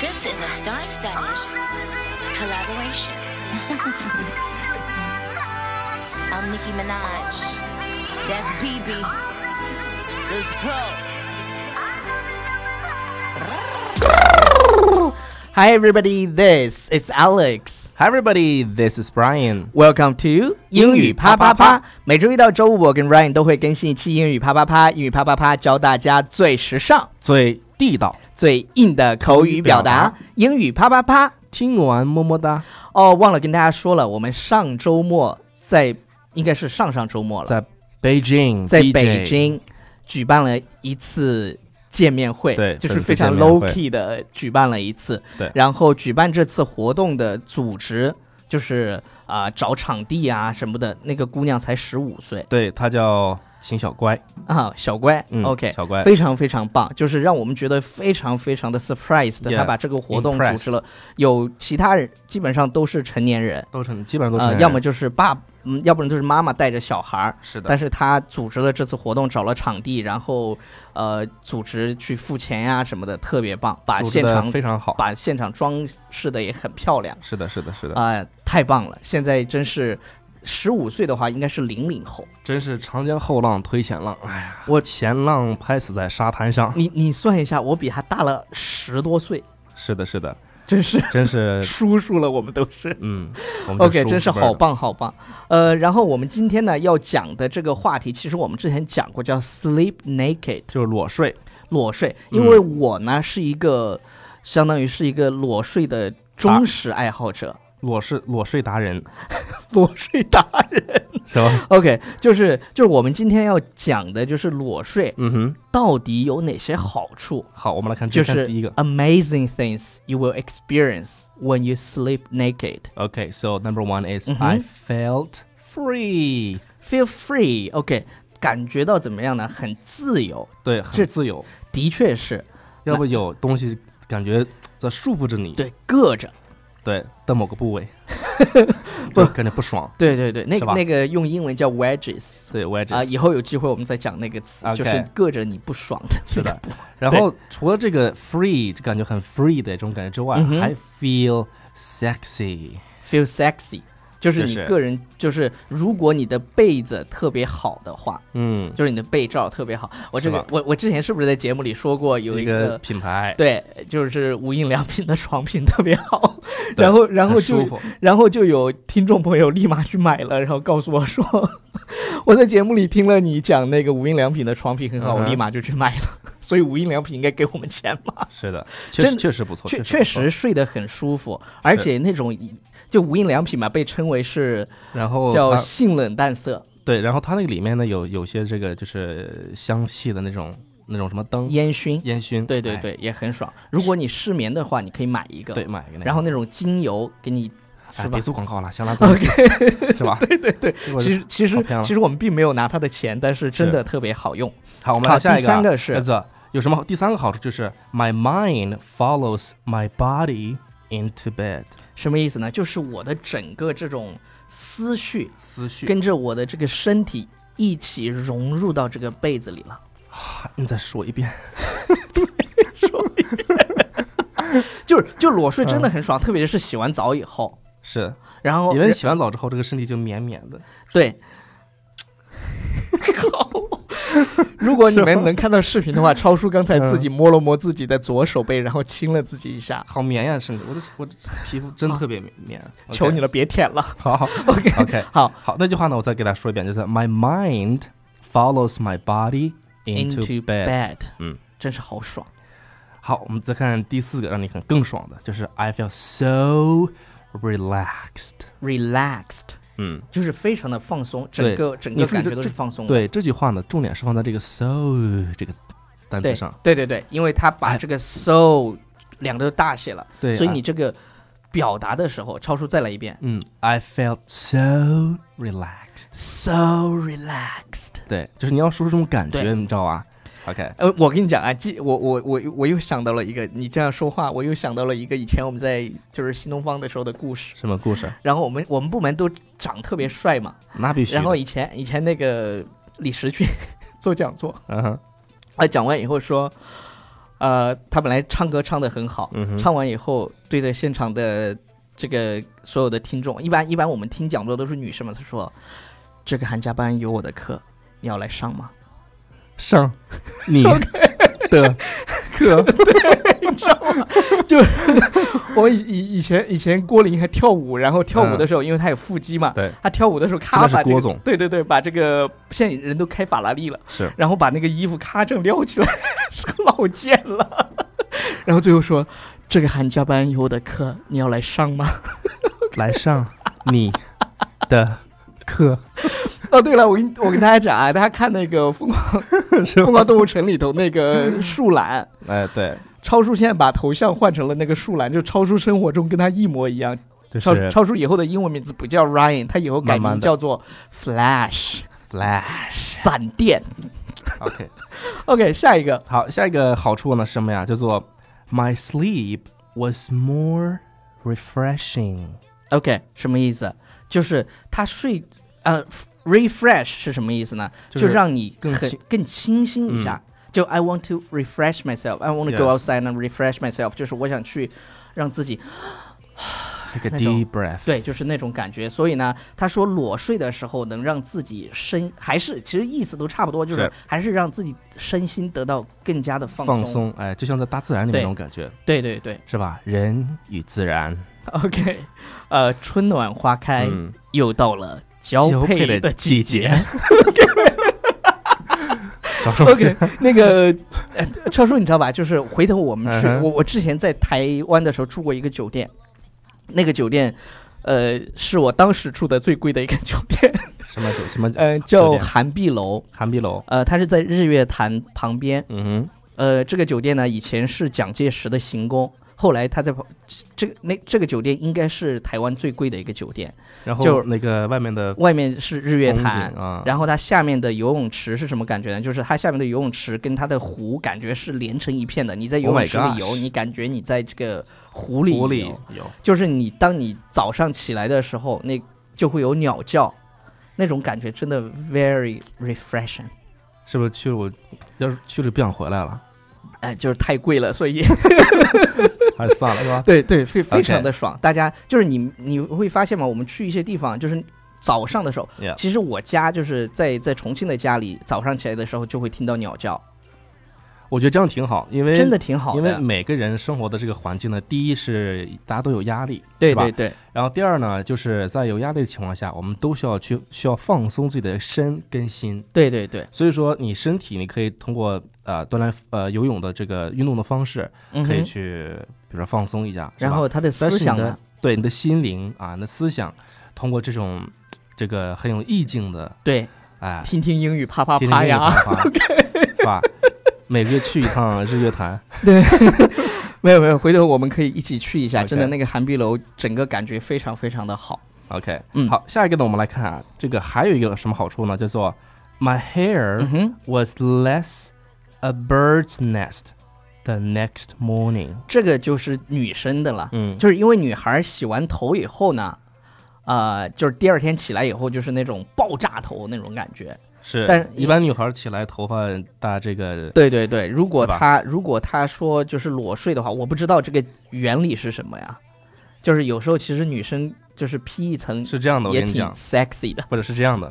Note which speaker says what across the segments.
Speaker 1: This is a star-studded collaboration. I'm Nicki Minaj. That's BB. Let's go.
Speaker 2: Hi everybody, this is Alex.
Speaker 3: Hi, everybody. This is Brian.
Speaker 2: Welcome to 英语啪啪啪。每周一到周五，我跟 Ryan 都会更新一期英语啪啪啪。英语啪啪啪教大家最时尚、
Speaker 3: 最地道，
Speaker 2: 最硬的口语表达。
Speaker 3: 口语表达
Speaker 2: 英语啪啪啪。
Speaker 3: 听完么么哒。
Speaker 2: 哦，忘了跟大家说了，我们上周末在应该是上上周末了，
Speaker 3: 在北京，
Speaker 2: 在
Speaker 3: DJ
Speaker 2: 北，京举办了一次。见面会，
Speaker 3: 对
Speaker 2: 就是
Speaker 3: 粉丝
Speaker 2: 非常
Speaker 3: 见面
Speaker 2: low
Speaker 3: 会
Speaker 2: key 的举办了一次。
Speaker 3: 对
Speaker 2: 然后举办这次活动的组织就是啊、找场地啊什么的，那个姑娘才十五岁
Speaker 3: 对他叫邢小乖。
Speaker 2: 啊，小乖、
Speaker 3: 嗯
Speaker 2: o k
Speaker 3: 小乖
Speaker 2: 非常非常棒，就是让我们觉得非常非常的 surprise 的
Speaker 3: Yeah，
Speaker 2: 她把这个活动组
Speaker 3: impressed
Speaker 2: 织了，有其他人基本上都是成年人，
Speaker 3: 都成，基本上都成
Speaker 2: 呃，
Speaker 3: 人。
Speaker 2: 要么就是爸，嗯，要不然就是妈妈带着小孩儿。
Speaker 3: 是的，
Speaker 2: 但是他组织了这次活动，找了场地，然后呃，组织去付钱呀、什么的，特别棒，把
Speaker 3: 组织
Speaker 2: 现
Speaker 3: 得
Speaker 2: 场
Speaker 3: 非常好。
Speaker 2: 把现场装饰的也很漂亮
Speaker 3: 是的，是的，是的，
Speaker 2: 啊、太棒了！现在真是十五岁的话，应该是零零后。
Speaker 3: 真是长江后浪推前浪。哎呀，
Speaker 2: 我
Speaker 3: 前浪拍死在沙滩上。
Speaker 2: 你你算一下，我比他大了十多岁，
Speaker 3: 是的，是的，
Speaker 2: 真是
Speaker 3: 真 是，
Speaker 2: 叔叔了，我们都是。
Speaker 3: 嗯我们就
Speaker 2: OK，
Speaker 3: 说
Speaker 2: 真是
Speaker 3: 不出味儿
Speaker 2: 好
Speaker 3: 了
Speaker 2: 棒好棒。呃，然后我们今天呢要讲的这个话题，其实我们之前讲过，叫 sleep naked。
Speaker 3: 就是裸睡。嗯
Speaker 2: 裸睡，因为我呢是一个相当于是一个裸睡的忠实爱好者，
Speaker 3: 裸睡裸睡达人
Speaker 2: 裸睡达人。
Speaker 3: 是 吧？
Speaker 2: OK，就是就是我们今天要讲的就是裸睡
Speaker 3: 嗯哼，
Speaker 2: 到底有哪些好处，
Speaker 3: 好，我们来看，
Speaker 2: 就
Speaker 3: 这看
Speaker 2: 是
Speaker 3: 第一个。
Speaker 2: amazing things you will experience when you sleep naked.
Speaker 3: Okay, so number one is
Speaker 2: Mhm.
Speaker 3: I felt free，
Speaker 2: Feel free. OK，感觉到怎么样呢？很自由，
Speaker 3: 对，
Speaker 2: 这
Speaker 3: 很自由，
Speaker 2: 的确是
Speaker 3: 要不有东西感觉在束缚着你，
Speaker 2: 对硌着。
Speaker 3: 对的某个 部位，
Speaker 2: 不
Speaker 3: 就感觉不爽。
Speaker 2: 对对对，那
Speaker 3: 是
Speaker 2: 个
Speaker 3: 吧
Speaker 2: 那个用英文叫 wedges
Speaker 3: 对，我也这
Speaker 2: 啊、以后有机会我们再讲那个词
Speaker 3: OK
Speaker 2: 就是硌着你不爽的。
Speaker 3: 是的。然后除了这个 free 就感觉很 free 的这种感觉之外，
Speaker 2: 嗯哼
Speaker 3: 还 feel sexy。
Speaker 2: feel sexy，就是你
Speaker 3: 就是
Speaker 2: 个人，就是如果你的被子特别好的话，
Speaker 3: 嗯，
Speaker 2: 就是你的被罩特别好。我这
Speaker 3: 是
Speaker 2: 个
Speaker 3: 吧
Speaker 2: 我我之前是不是在节目里说过有一
Speaker 3: 一
Speaker 2: 个
Speaker 3: 个品牌，
Speaker 2: 对，就是无印良品的床品特别好，
Speaker 3: 对
Speaker 2: 然后然后
Speaker 3: 很
Speaker 2: 就
Speaker 3: 舒服。
Speaker 2: 然后就有听众朋友立马去买了，然后告诉我说。 我在节目里听了你讲那个无印良品的床品很好，
Speaker 3: 嗯哼
Speaker 2: 我立马就去买了。 所以无印良品应该给我们钱吧？
Speaker 3: 是的，确
Speaker 2: 啊真
Speaker 3: 实确实不错，
Speaker 2: 确
Speaker 3: 哦确
Speaker 2: 确
Speaker 3: 不
Speaker 2: 实睡得很舒服，而且那种就无印良品嘛，被称为是
Speaker 3: 错。然后
Speaker 2: 叫
Speaker 3: 哦它
Speaker 2: 性冷淡色、
Speaker 3: 对，然后它那个里面呢有有些这个就是香气的那种那种什么灯
Speaker 2: 烟熏，
Speaker 3: 烟熏，
Speaker 2: 对对
Speaker 3: 嗯哎
Speaker 2: 对，也很爽。如果你失眠的话，你可以买一个，
Speaker 3: 对，，买一个那个。
Speaker 2: 然后那种精油给你，是
Speaker 3: 哎，
Speaker 2: 吧
Speaker 3: 别做广告了，行了，咱们 是吧？对对对，
Speaker 2: 其实其
Speaker 3: 跑
Speaker 2: 实
Speaker 3: 偏了
Speaker 2: 其实我们并没有拿它的钱，但是真的特别好用。
Speaker 3: 好，我们
Speaker 2: 好
Speaker 3: 来下一
Speaker 2: 第
Speaker 3: 个啊。
Speaker 2: 三个是
Speaker 3: 儿子有什么？第三个好处就是 my mind follows my body into bed，
Speaker 2: 什么意思呢？就是我的整个这种思绪
Speaker 3: 思绪。
Speaker 2: 跟着我的这个身体一起融入到这个被子里了。
Speaker 3: 啊你再说一遍，
Speaker 2: 就是就裸睡真的很爽，特别是洗完澡以后，
Speaker 3: 是
Speaker 2: 然后
Speaker 3: 因嗯为你洗完澡之后，这个身体就绵绵的。
Speaker 2: 对。 如果你们能看到视频的话，超叔刚才自
Speaker 3: 嗯
Speaker 2: 己摸了摸自己的左手背，然后亲了自己一下，
Speaker 3: 好绵呀，身体，我的我的皮肤真特别绵。OK
Speaker 2: 求你了，别舔了。
Speaker 3: 好
Speaker 2: OK，
Speaker 3: OK，
Speaker 2: 好
Speaker 3: 好，那句话呢，我再给大家说一遍，就是 My mind follows my body into
Speaker 2: ，into
Speaker 3: bed。
Speaker 2: bed，
Speaker 3: 嗯，
Speaker 2: 真是好爽。
Speaker 3: 好，我们再看第四个，让你很更爽的，就是 I feel so relaxed。
Speaker 2: Relaxed，
Speaker 3: 嗯，
Speaker 2: 就是非常的放松，整
Speaker 3: 对
Speaker 2: 个整
Speaker 3: 你
Speaker 2: 个
Speaker 3: 注意
Speaker 2: 感
Speaker 3: 这
Speaker 2: 觉都是放松的。
Speaker 3: 对这句话呢，重点是放在这个 so 这个单词
Speaker 2: 对
Speaker 3: 上。
Speaker 2: 对对对，因为他把
Speaker 3: 哎
Speaker 2: 这个 so 两个都大写了，
Speaker 3: 对，
Speaker 2: 所以
Speaker 3: 啊
Speaker 2: 你这个表达的时候，超叔再来一遍
Speaker 3: 嗯，I felt so relaxed。
Speaker 2: ，so relaxed。
Speaker 3: 对，就是你要说出这种感觉，
Speaker 2: 对
Speaker 3: 你知道吧？OK，
Speaker 2: 呃，我跟你讲啊，记我我我我又想到了一个，你这样说话，我又想到了一个以前我们在就是新东方的时候的故事。
Speaker 3: 什么故事？
Speaker 2: 然后我们我们部门都长特别帅嘛，
Speaker 3: 那必须的。
Speaker 2: 然后以前以前那个李石去 做讲座，
Speaker 3: 嗯哼，
Speaker 2: 哎啊，讲完以后说，呃，他本来唱歌唱得很好，
Speaker 3: 嗯哼
Speaker 2: 唱完以后对着现场的这个所有的听众，一般一般我们听讲座都是女生嘛，他说这个寒假班有我的课，你要来上 吗？
Speaker 3: 上你 的课，
Speaker 2: 我以以以前以前郭琳还跳舞，然后跳舞的时候，因为她有腹肌嘛，
Speaker 3: 对，
Speaker 2: 她跳舞的时候
Speaker 3: 现
Speaker 2: 咔
Speaker 3: 在是
Speaker 2: 把这
Speaker 3: 郭
Speaker 2: 个
Speaker 3: 总
Speaker 2: 对对对，把这个现在人都开法拉利了，
Speaker 3: 是
Speaker 2: 然后把那个衣服咔正撩起来， 是个老贱了， 然后最后说这个寒假班有我的课，你要来上吗？
Speaker 3: 来上你的 课，
Speaker 2: 哦，对了，我跟我跟大家讲啊，大家看那个《 疯狂
Speaker 3: 是
Speaker 2: 疯
Speaker 3: 吗？
Speaker 2: 狂动物城》里头那个树懒，
Speaker 3: 哎，对，
Speaker 2: 超叔现在把头像换成了那个树懒，就超叔生活中跟他一模一样。
Speaker 3: 就
Speaker 2: 超
Speaker 3: 是
Speaker 2: 超叔以后的英文名字不叫 Ryan，他以后改
Speaker 3: 慢慢
Speaker 2: 名
Speaker 3: 地
Speaker 2: 叫做 Flash
Speaker 3: 来
Speaker 2: 闪电。
Speaker 3: ，OK，
Speaker 2: OK，下一个
Speaker 3: 好，下一个好处呢是什么呀？叫做 My sleep was more refreshing。
Speaker 2: OK 什么意思？就是他睡呃 refresh 是什么意思呢？
Speaker 3: 就
Speaker 2: 就是让你
Speaker 3: 更
Speaker 2: 很
Speaker 3: 清
Speaker 2: 更清新一下。就 I want to refresh myself, I want to go
Speaker 3: Yes.
Speaker 2: outside and refresh myself，就是我想去让自己
Speaker 3: Take a
Speaker 2: 那种
Speaker 3: deep breath。
Speaker 2: 对，就是那种感觉。所以呢，他说裸睡的时候能让自己身还是其实意思都差不多，就是是还是让自己身心得到更加的放
Speaker 3: 放。松，哎，就像在大自然里面
Speaker 2: 对
Speaker 3: 那种感觉，
Speaker 2: 对对对
Speaker 3: 是吧？人与自然，
Speaker 2: ，OK，呃，春暖花开，
Speaker 3: 嗯，
Speaker 2: 又到了交
Speaker 3: 配
Speaker 2: 配的
Speaker 3: 季节。 找什么
Speaker 2: OK，那个呃超叔，你知道吧？就是回头我们去，
Speaker 3: 嗯哼
Speaker 2: 我我之前在台湾的时候住过一个酒店，那个酒店，呃，是我当时住的最贵的一个酒店，
Speaker 3: 什么酒？什么
Speaker 2: 呃，
Speaker 3: 酒
Speaker 2: 叫
Speaker 3: 店
Speaker 2: 寒碧楼，
Speaker 3: 寒碧楼？
Speaker 2: 呃，它是在日月潭旁边，
Speaker 3: 嗯
Speaker 2: 呃，这个酒店呢以前是蒋介石的行宫。后来他在旁这个那这个酒店应该是台湾最贵的一个酒店，
Speaker 3: 哼，然后
Speaker 2: 就
Speaker 3: 那个外面的
Speaker 2: 外面是日月
Speaker 3: 风景
Speaker 2: 潭，
Speaker 3: 啊，
Speaker 2: 然后它下面的游泳池是什么感觉呢？就是它下面的游泳池跟它的湖感觉是连成一片的。你在游
Speaker 3: Oh my
Speaker 2: 泳池里游
Speaker 3: gosh
Speaker 2: 你感觉你在这个湖里
Speaker 3: 湖
Speaker 2: 游。
Speaker 3: 里有
Speaker 2: 就是你当你早上起来的时候，那就会有鸟叫，那种感觉真的 very refreshing。
Speaker 3: 是不是去了我？要是去了不想回来了，
Speaker 2: 哎，就是太贵了，所以？
Speaker 3: 还是算了，是吧
Speaker 2: 对对，非非
Speaker 3: OK
Speaker 2: 常的爽。大家就是你你会发现嘛，我们去一些地方，就是早上的时候
Speaker 3: Yeah
Speaker 2: 其实我家就是在在重庆的家里，早上起来的时候就会听到鸟叫，
Speaker 3: 我觉得这样挺好，因为
Speaker 2: 真的挺好的。
Speaker 3: 因为每个人生活的这个环境呢，第一是大家都有压力，
Speaker 2: 对
Speaker 3: 是吧
Speaker 2: 对对，
Speaker 3: 然后第二呢，就是在有压力的情况下，我们都需要去需要放松自己的身跟心。
Speaker 2: 对对对，
Speaker 3: 所以说，你身体你可以通过呃锻炼呃游泳的这个运动的方式，
Speaker 2: 嗯
Speaker 3: 可以
Speaker 2: 哼。
Speaker 3: 去比如说放松一下，是吧
Speaker 2: 然后他的
Speaker 3: 但
Speaker 2: 思
Speaker 3: 是
Speaker 2: 想
Speaker 3: 你
Speaker 2: 呢
Speaker 3: 的？对你的心灵啊，你的思想，通过这种这个很有意境的
Speaker 2: 对，
Speaker 3: 哎，
Speaker 2: 听啊听英语，啪啪
Speaker 3: 天
Speaker 2: 啪
Speaker 3: 天
Speaker 2: 呀！
Speaker 3: 啪啪，是吧？每个月去一趟日月潭，
Speaker 2: 没有没有，回头我们可以一起去一下，真的
Speaker 3: OK
Speaker 2: 那个寒碧楼整个感觉非常非常的好。
Speaker 3: OK，
Speaker 2: 嗯
Speaker 3: 好，下一个呢，我们来看啊，这个还有一个什么好处呢？叫做 My
Speaker 2: 嗯
Speaker 3: hair
Speaker 2: 哼，
Speaker 3: was less a bird's nest the next morning。
Speaker 2: 这个就是女生的了，
Speaker 3: 嗯，
Speaker 2: 就是因为女孩洗完头以后呢。呃，就是第二天起来以后，就是那种爆炸头那种感觉。
Speaker 3: 是，
Speaker 2: 但
Speaker 3: 一般女孩起来头发大，这个
Speaker 2: 对对对，如果
Speaker 3: 是吧
Speaker 2: 她如果她说就是裸睡的话，我不知道这个原理是什么呀。就是有时候其实女生就是披一层
Speaker 3: 是这样的，我
Speaker 2: 也
Speaker 3: 跟你
Speaker 2: 挺
Speaker 3: 讲，
Speaker 2: sexy 的。
Speaker 3: 或者是这样的，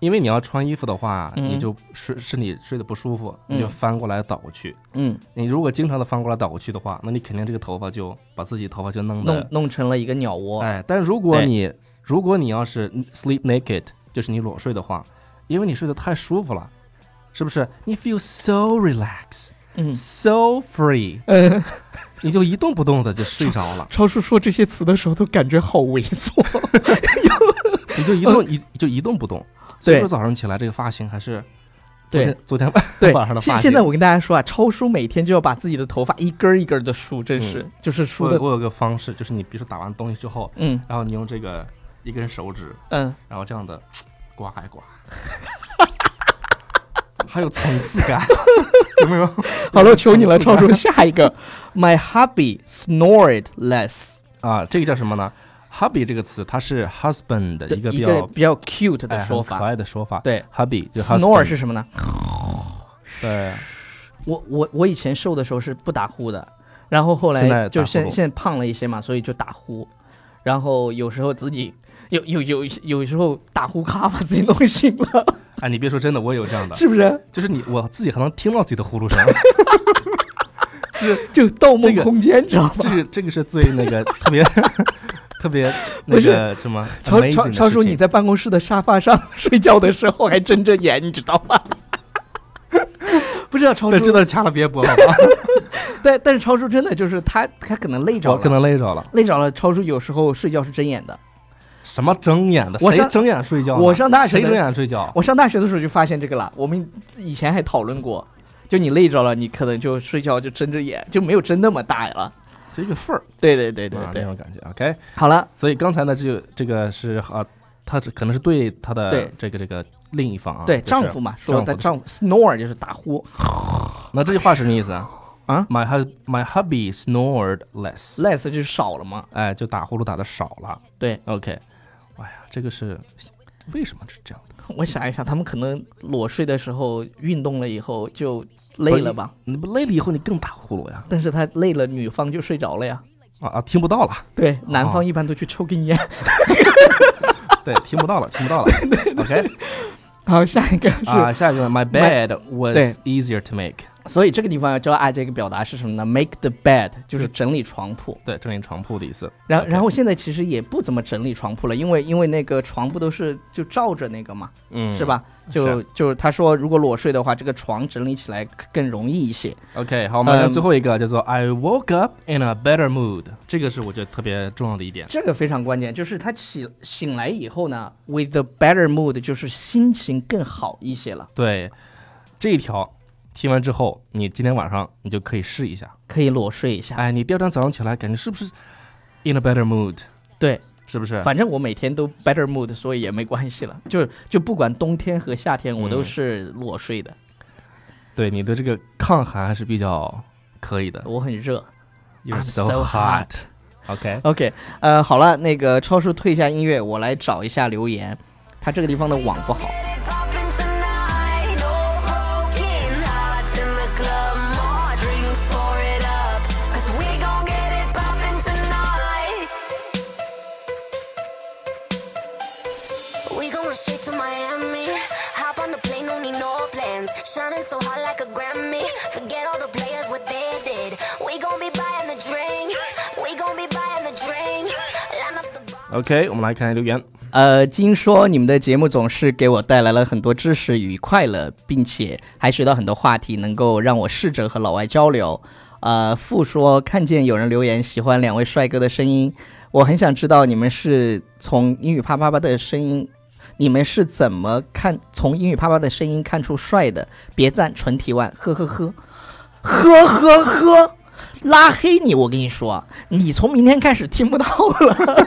Speaker 3: 因为你要穿衣服的话，
Speaker 2: 嗯
Speaker 3: 你就睡身体睡得不舒服，
Speaker 2: 嗯
Speaker 3: 你就翻过来倒过去。
Speaker 2: 嗯，
Speaker 3: 你如果经常的翻过来倒过去的话，那你肯定这个头发就把自己头发就弄
Speaker 2: 弄
Speaker 3: 得
Speaker 2: 弄成了一个鸟窝。
Speaker 3: 哎。但如果
Speaker 2: 对
Speaker 3: 你如果你要是 sleep naked，就是你裸睡的话，因为你睡得太舒服了，是不是？你 feel so relax，
Speaker 2: 嗯
Speaker 3: so free，
Speaker 2: 呃，，
Speaker 3: 你就一动不动的就睡着了
Speaker 2: 超叔说这些词的时候都感觉好猥琐。
Speaker 3: 你就一动一就一动不动。所以
Speaker 2: 对
Speaker 3: 说早上起来这个发型还是昨
Speaker 2: 对
Speaker 3: 天昨天
Speaker 2: 对
Speaker 3: 晚上，的发
Speaker 2: 现
Speaker 3: 型。
Speaker 2: 现在我跟大家说啊，超叔每天就要把自己的头发一根儿一根儿的梳，真是、
Speaker 3: 嗯
Speaker 2: 就是梳
Speaker 3: 我有
Speaker 2: 的，
Speaker 3: 我有个方式，就是你比如说打完东西之后，
Speaker 2: 嗯
Speaker 3: 然后你用这个一根手指，
Speaker 2: 嗯，
Speaker 3: 然后这样的刮 一刮，还有层次 感，有没有？
Speaker 2: 好了，我求你了，
Speaker 3: 有层
Speaker 2: 超
Speaker 3: 次感
Speaker 2: 叔，下一 个，My hubby snored less，
Speaker 3: 啊，这个叫什么呢？hubby 这个词，它是 husband 的一个
Speaker 2: 一
Speaker 3: 比
Speaker 2: 个
Speaker 3: 较
Speaker 2: 比较 cute
Speaker 3: 哎
Speaker 2: 的说
Speaker 3: 很可
Speaker 2: 法。
Speaker 3: 爱的说法。
Speaker 2: 对
Speaker 3: ，hubby 就
Speaker 2: snore
Speaker 3: husband
Speaker 2: 是什么呢？
Speaker 3: 对，
Speaker 2: 我我我以前瘦的时候是不打呼的，然后后
Speaker 3: 现在
Speaker 2: 来就
Speaker 3: 打呼噜
Speaker 2: 现现在胖了一些嘛，所以就打呼，然后有时候自己有有有有时候打呼咔把自己弄醒 了，
Speaker 3: 哎，你别说真的，我也有这样的，
Speaker 2: 是不是？
Speaker 3: 就是你我自己还能听到自己的呼噜声，
Speaker 2: 就《盗梦
Speaker 3: 这个
Speaker 2: 空间》，知道
Speaker 3: 这
Speaker 2: 吧？
Speaker 3: 个这个是最那 个特别特别那
Speaker 2: 不是
Speaker 3: 个什么
Speaker 2: 超
Speaker 3: amazing
Speaker 2: 超
Speaker 3: 的
Speaker 2: 超
Speaker 3: 事
Speaker 2: 叔，
Speaker 3: 情
Speaker 2: 你在办公室的沙发上睡觉的时候还睁着眼，你知道吗？ 不知道超
Speaker 3: 对，这
Speaker 2: 叔，
Speaker 3: 段掐了别 播好吧？
Speaker 2: 但但是超叔真的就是他，他可能累着
Speaker 3: 我
Speaker 2: 了，
Speaker 3: 可能累着了。
Speaker 2: 累着了。超叔有时候睡觉是睁眼的。
Speaker 3: 什么睁眼的？
Speaker 2: 我
Speaker 3: 谁
Speaker 2: 上
Speaker 3: 睁眼睡觉呢？
Speaker 2: 我上大学
Speaker 3: 谁
Speaker 2: 的
Speaker 3: 睁眼睡觉？
Speaker 2: 我上大学的时候就发现这个了，我们以前还讨论过，就你累着了，你可能就睡觉就睁着眼，就没有睁那么大了。
Speaker 3: 就一个缝儿，
Speaker 2: 对对对对
Speaker 3: 啊那啊
Speaker 2: 对，
Speaker 3: 种感觉。OK，
Speaker 2: 好了，
Speaker 3: 所以刚才呢，就这个是啊，他是可能是对他的
Speaker 2: 对
Speaker 3: 这个这个另一方啊，
Speaker 2: 对
Speaker 3: 就是
Speaker 2: 丈夫嘛，说她
Speaker 3: 丈
Speaker 2: 丈夫 snore 就是打呼
Speaker 3: 夫。那这句话是什么意思啊？
Speaker 2: 啊
Speaker 3: ，My hus my hubby snored less，
Speaker 2: ，less 就是少了嘛。
Speaker 3: 哎，就打呼噜打的少了。
Speaker 2: 对
Speaker 3: ，OK，哎呀，这个是为什么是这样的？
Speaker 2: 我想一想，他们可能裸睡的时候运动了以后就累了吧，
Speaker 3: 你不累了以后你更打呼噜呀？
Speaker 2: 但是他累了，女方就睡着了呀。
Speaker 3: 啊啊，听 不到了，
Speaker 2: 对，男
Speaker 3: 哦
Speaker 2: 方一般都去抽根烟。
Speaker 3: 对，听不到了，听不 到了。OK，
Speaker 2: 好，下一个是，
Speaker 3: 啊，下一个，My bed
Speaker 2: 对
Speaker 3: was easier to make，
Speaker 2: 所以这个地方要教大家一个表达是什么呢？Make the bed 就是整理床铺。
Speaker 3: 对，整理床铺的意思。
Speaker 2: 然
Speaker 3: OK
Speaker 2: 然后现在其实也不怎么整理床铺了，因为因为那个床不都是就罩着那个嘛，
Speaker 3: 嗯，
Speaker 2: 是？吧？就就是他说，如果裸睡的话，这个床整理起来更容易一些。
Speaker 3: OK，好，我们来看
Speaker 2: 嗯
Speaker 3: 最后一个叫做 I woke up in a better mood，这个是我觉得特别重要的一点。
Speaker 2: 这个非常关键，就是他起醒来以后呢，with a better mood，就是心情更好一些了，
Speaker 3: 对，这一条听完之后，你今天晚上你就可以试一下。
Speaker 2: 可以裸睡一下。
Speaker 3: 哎，你第二天早上起来感觉是不是 in a better mood？
Speaker 2: 对，
Speaker 3: 是不是？
Speaker 2: 反正我每天都 better mood，所以也没关系了。就就不管冬天和夏天，我都
Speaker 3: 嗯
Speaker 2: 是裸睡的，
Speaker 3: 对，你的这个抗寒还是比较可以的。
Speaker 2: 我很热。
Speaker 3: You're
Speaker 2: I'm
Speaker 3: so
Speaker 2: so
Speaker 3: hot。OK，
Speaker 2: OK，呃，好了，那个超叔退一下音乐，我来找一下留言。他这个地方的网不好。
Speaker 4: Poppin' tonight, all broken hearts in the club. More drinks, pour it up, 'cause we gon' get it poppin' tonight. We going straight to Miami. Hop on the plane, don't need no plans. Shining so hot like a Grammy. Forget all the players, what they did. We gon' be buying the drinks. We gon' be buying the drinks. Line up the bar.
Speaker 3: OK，我们来看留言。
Speaker 2: 呃，金说你们的节目总是给我带来了很多知识与快乐，并且还学到很多话题，能够让我试着和老外交流。呃，富说看见有人留言喜欢两位帅哥的声音，我很想知道你们是从英语啪啪啪的声音，你们是怎么看从英语啪啪的声音看出帅的？别赞纯提问，呵呵呵，呵呵呵，拉黑你！我跟你说，你从明天开始听不到了。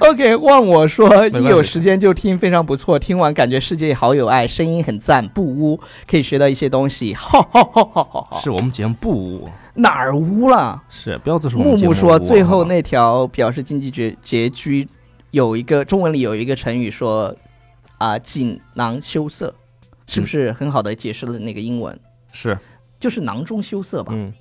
Speaker 2: OK，忘我说
Speaker 3: 系
Speaker 2: 一有时间就听，非常不错。听完感觉世界好有爱，声音很赞，不污，可以学到一些东西。 哈哈哈哈哈哈！
Speaker 3: 是我们节目不污，
Speaker 2: 哪儿污了？
Speaker 3: 是不要自说我们
Speaker 2: 木
Speaker 3: 节目
Speaker 2: 木说，
Speaker 3: 污
Speaker 2: 最
Speaker 3: 好
Speaker 2: 后
Speaker 3: 吧
Speaker 2: 那条表示经济拮拮据，有一个中文里有一个成语说啊，锦囊羞
Speaker 3: 嗯
Speaker 2: 涩，是不是很好的解释了那个英文？
Speaker 3: 是
Speaker 2: 就是囊中羞涩吧。
Speaker 3: 嗯。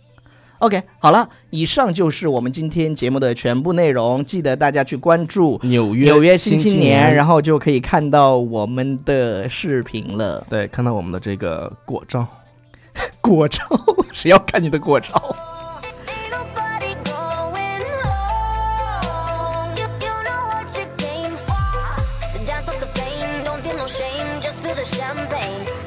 Speaker 2: OK，好了，以上就是我们今天节目的全部内容，记得大家去关注
Speaker 3: 纽约
Speaker 2: 纽约新青
Speaker 3: 青
Speaker 2: 年，然后就可以看到我们的视频了。
Speaker 3: 对，看到我们的这个过招，
Speaker 2: 过招， 谁要看你的过招？
Speaker 4: Ain't nobody going home. You, you know what you came for. To dance off the pain, don't feel no shame, just feel the champagne.